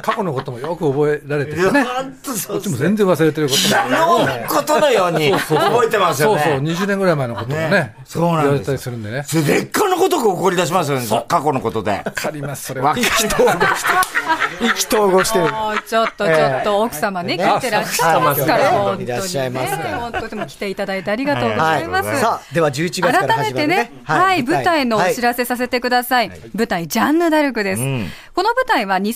Speaker 3: 過去のこともよく覚えられてるね。
Speaker 4: 本当そ
Speaker 3: こっ
Speaker 4: う
Speaker 3: ちも全然忘れてることも
Speaker 4: のことのように覚えてますよ
Speaker 3: そう
Speaker 4: ね。
Speaker 3: そう、20年ぐらい前のこともね
Speaker 4: ね、そうなんですよ
Speaker 3: 言われたりするんでね。
Speaker 4: それでっかのことく怒り出しますよね。過去のことで。
Speaker 3: わかります、それは
Speaker 4: わ。か
Speaker 2: 意気投合してる。
Speaker 5: もうちょっとちょっと奥様ね、
Speaker 2: ええ
Speaker 5: 聞いてらっしゃいますから、
Speaker 2: あそう
Speaker 5: 本当に、ね。
Speaker 2: いらっしゃいますから
Speaker 5: 本当でも来ていただいてありがとうござ
Speaker 2: はい
Speaker 5: います。
Speaker 2: さあ、では11月から
Speaker 5: 改
Speaker 2: 始
Speaker 5: め
Speaker 2: ま
Speaker 5: て
Speaker 2: る
Speaker 5: ね
Speaker 2: ね。、
Speaker 5: はい、舞台のお知らせさせてください。舞台、ジャンヌ・ダルクです。この舞台は2010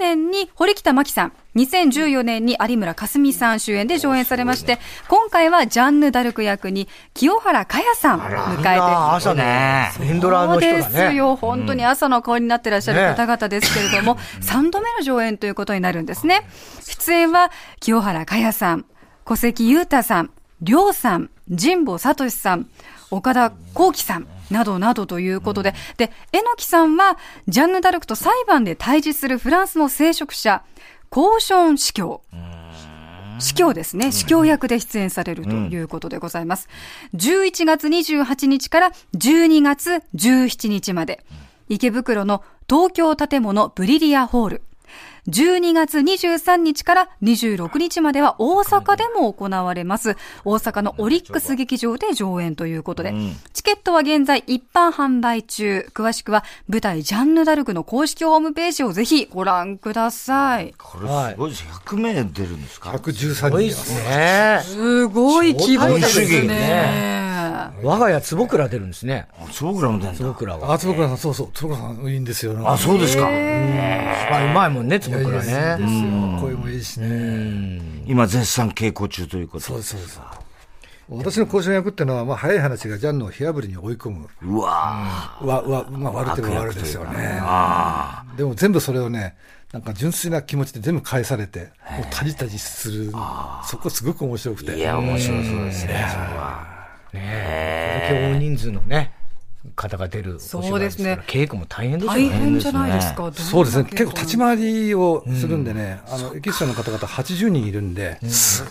Speaker 5: 年に堀北真希さん、2014年に有村架純さん主演で上演されまして、今回はジャンヌ・ダルク役に清原果耶さん迎えて、
Speaker 2: ああ、朝の
Speaker 4: ね
Speaker 2: エンドラーの人
Speaker 5: そう
Speaker 2: だ
Speaker 5: です
Speaker 2: ね。
Speaker 5: よ。本当に朝の顔になってらっしゃる方々ですけれ ども、3度目の上演ということになるんですね。出演は、清原果耶さん、小関裕太さん、亮さん、神保聡さん、岡田幸輝さん、などなどということで、で、榎木さんは、ジャンヌ・ダルクと裁判で対峙するフランスの聖職者、コーション司教。司教ですね。司教役で出演されるということでございます。11月28日から12月17日まで、池袋の東京建物ブリリアホール。12月23日から26日までは大阪でも行われます。大阪のオリックス劇場で上演ということで。チケットは現在一般販売中。詳しくは舞台ジャンヌダルクの公式ホームページをぜひご覧ください。
Speaker 4: これすごいです。100名出るんですか
Speaker 3: 113
Speaker 2: 多いっ
Speaker 3: 人。
Speaker 2: すね。
Speaker 5: すごい規模です
Speaker 4: 超大変
Speaker 5: ね。
Speaker 4: だ
Speaker 2: 我が家坪倉出るんですね。
Speaker 4: そうぐらいも出るんだ
Speaker 2: 坪倉は。
Speaker 3: あ、坪倉さん、そうそう、坪倉さん、いいんですよ。
Speaker 4: あ、そうですか。
Speaker 2: あ、うまいもんね、坪倉ね。
Speaker 3: うん声もいいしね。
Speaker 4: 今絶賛稽古中ということで。
Speaker 3: そうです。私の交渉役ってのは、まあ、早い話がジャンの火あぶりに追い込む。
Speaker 4: うわ
Speaker 3: わ、わ、まあ、悪手は悪ですよね。でも全部それをね、なんか純粋な気持ちで全部返されて、もうタジタジする。そこすごく面白くて。
Speaker 4: ぁ。いや、面白そうですね。それは
Speaker 2: 大人数のね。方が出るお芝居
Speaker 5: そうですね
Speaker 2: から稽古も大変ですよ
Speaker 5: 大
Speaker 2: ね。
Speaker 5: 変じゃないですか。
Speaker 3: そうですね、結構立ち
Speaker 5: ま
Speaker 3: 回りをするんでね、あのエキストラの方々80人いるんで、そ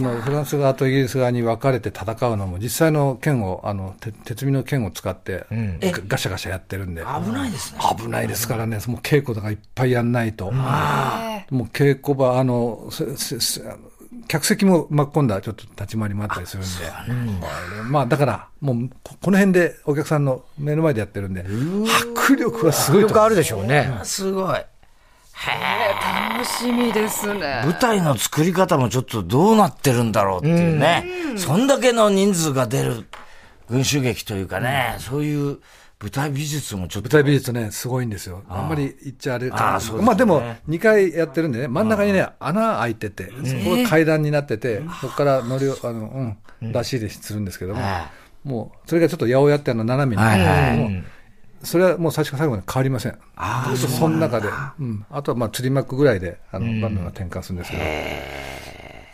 Speaker 3: のフランス側とイギリス側に分かれて戦うのも、実際の剣を、あのて鉄身の剣を使って、ガガシャガシャやってるんで、
Speaker 4: 危ないですね。
Speaker 3: 危ないですからね、もう稽古とかいっぱいやんないと、
Speaker 5: す。
Speaker 3: もう稽古場、あのせせせあの客席も巻き込んだ、ちょっと立ち回りもあったりするんで、これまあだから、もうここの辺でお客さんの目の前でやってるんで、迫力はすごい
Speaker 2: よ
Speaker 3: と思
Speaker 2: く
Speaker 3: う
Speaker 2: あるでしょうね。
Speaker 4: すごい。
Speaker 5: 楽しみですね。
Speaker 4: 舞台の作り方もちょっとどうなってるんだろうっていうね。そんだけの人数が出る群衆劇というかね、そういう舞台美術もちょっ
Speaker 3: 舞
Speaker 4: と。
Speaker 3: 台美術ね、すごいんですよ。あんまり言っちゃあれ
Speaker 4: あーそうですね
Speaker 3: まあでも、2回やってるんでね、真ん中にね、穴開いてて、そこが階段になってて、そこから乗りを、あの、うん、出し入れするんですけども、もう、それがちょっと八百屋ってあの斜めになってるんですけども、それはもう最初から最後まで変わりません。そその中で、うん。あとはまあ、釣り幕ぐらいで、あの、場面は転換するんですけど、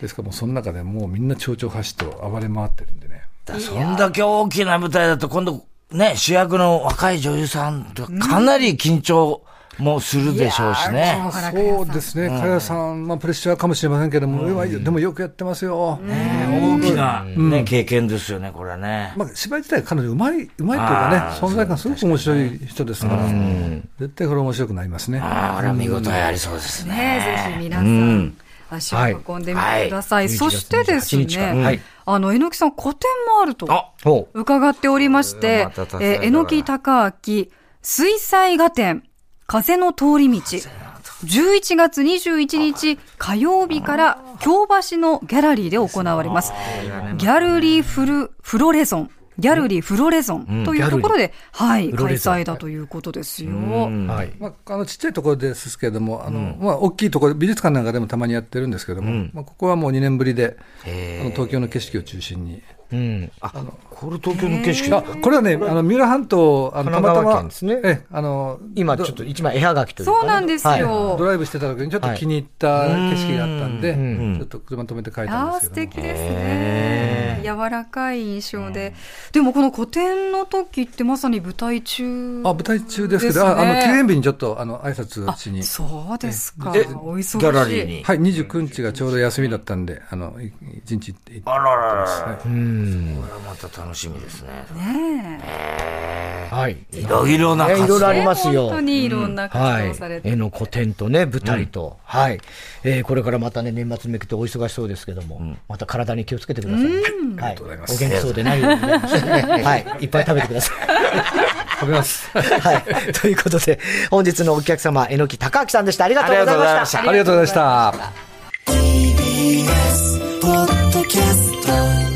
Speaker 3: ですからもうその中でもうみんな蝶々橋と暴れ回ってるんでね。
Speaker 4: そんだけ大きな舞台だと、今度、ね、主役の若い女優さんとかなり緊張もするでしょうしね。
Speaker 3: そうですね、加谷さん、まあ、プレッシャーかもしれませんけども、いやでもよくやってますよ、
Speaker 4: 大きな、ね、経験ですよね、これはね。
Speaker 3: まあ、芝居自体、彼女うまい、うまいというかね、存在感すごく面白い人ですから、絶対これ面白くなりますね。
Speaker 4: ああ、これは見応えありそうですね。
Speaker 5: ねぜひ皆さ
Speaker 4: うん
Speaker 5: ん。足を運んでみてください。
Speaker 2: はい
Speaker 5: そしてで
Speaker 2: 11月
Speaker 5: す
Speaker 2: 28日
Speaker 5: ね、
Speaker 2: からはい
Speaker 5: あの、猪木さん、個展もあると
Speaker 4: あ
Speaker 2: ほう。
Speaker 5: 伺っておりまし
Speaker 4: う
Speaker 5: て
Speaker 4: わまた、助かる
Speaker 5: えー、猪木隆明、水彩画展、風の通り道。11月21日火曜日から京橋のギャラリーで行われます。ギャルリーフル、フロレゾン。ギャルリーフロレゾンというところで、はい、
Speaker 2: フ
Speaker 5: 開
Speaker 2: ロレゾン
Speaker 5: 催だということですよ。
Speaker 2: はい。
Speaker 3: まあ、あのちっちゃいところですけれども、あのまあ、大きいところ、美術館なんかでもたまにやってるんですけども、まあ、ここはもう2年ぶりで、あの東京の景色を中心に、
Speaker 2: うん。
Speaker 4: これ東京の景色。
Speaker 3: あこれはね、あの三浦半島、あの
Speaker 2: 神奈川県ですね
Speaker 3: ええあの
Speaker 2: 今ちょっと一枚絵はがきというかね、
Speaker 5: そうなんです
Speaker 2: はい
Speaker 5: よ。
Speaker 3: ドライブしてた時にちょっと気に入った景色があったんで、ちょっと車止めて帰ったん
Speaker 5: あ
Speaker 3: で
Speaker 5: あ、
Speaker 3: す
Speaker 5: 素
Speaker 3: けども
Speaker 5: 敵ですね。柔らかい印象で。でもこの古典の時ってまさに舞台中。
Speaker 3: あ舞台中ですけど、ああの
Speaker 5: です
Speaker 3: 休
Speaker 5: ね
Speaker 3: 園日にちょっとあの挨拶しに、
Speaker 5: そうですか。お
Speaker 4: え
Speaker 5: 忙しい。
Speaker 4: ギャラリーに。
Speaker 3: はい、29日がちょうど休みだったんで、あのい一日行って行って
Speaker 4: あらららら。
Speaker 3: は
Speaker 4: こ
Speaker 3: い
Speaker 4: れはまた楽しみですね。
Speaker 2: はい。
Speaker 4: いろいろな
Speaker 2: ねいろい
Speaker 4: 活
Speaker 2: ろあ
Speaker 4: 動
Speaker 2: りますよ。
Speaker 5: 本当にいろんな活動をさ
Speaker 2: は
Speaker 5: れ
Speaker 2: い、
Speaker 5: て。
Speaker 2: 絵の古典とね、舞台と、はい、えーこれからまたね、年末に向けてお忙しそうですけども、また体に気をつけてくださいね、はい、お元気そうでないようにね、はい、いっぱい食べてください。
Speaker 3: 食べます。
Speaker 2: はい、ということで、本日のお客様、榎木隆明さんでした。ありがとうございました。
Speaker 3: ありがとうございました。
Speaker 1: TBS ポッドキャスト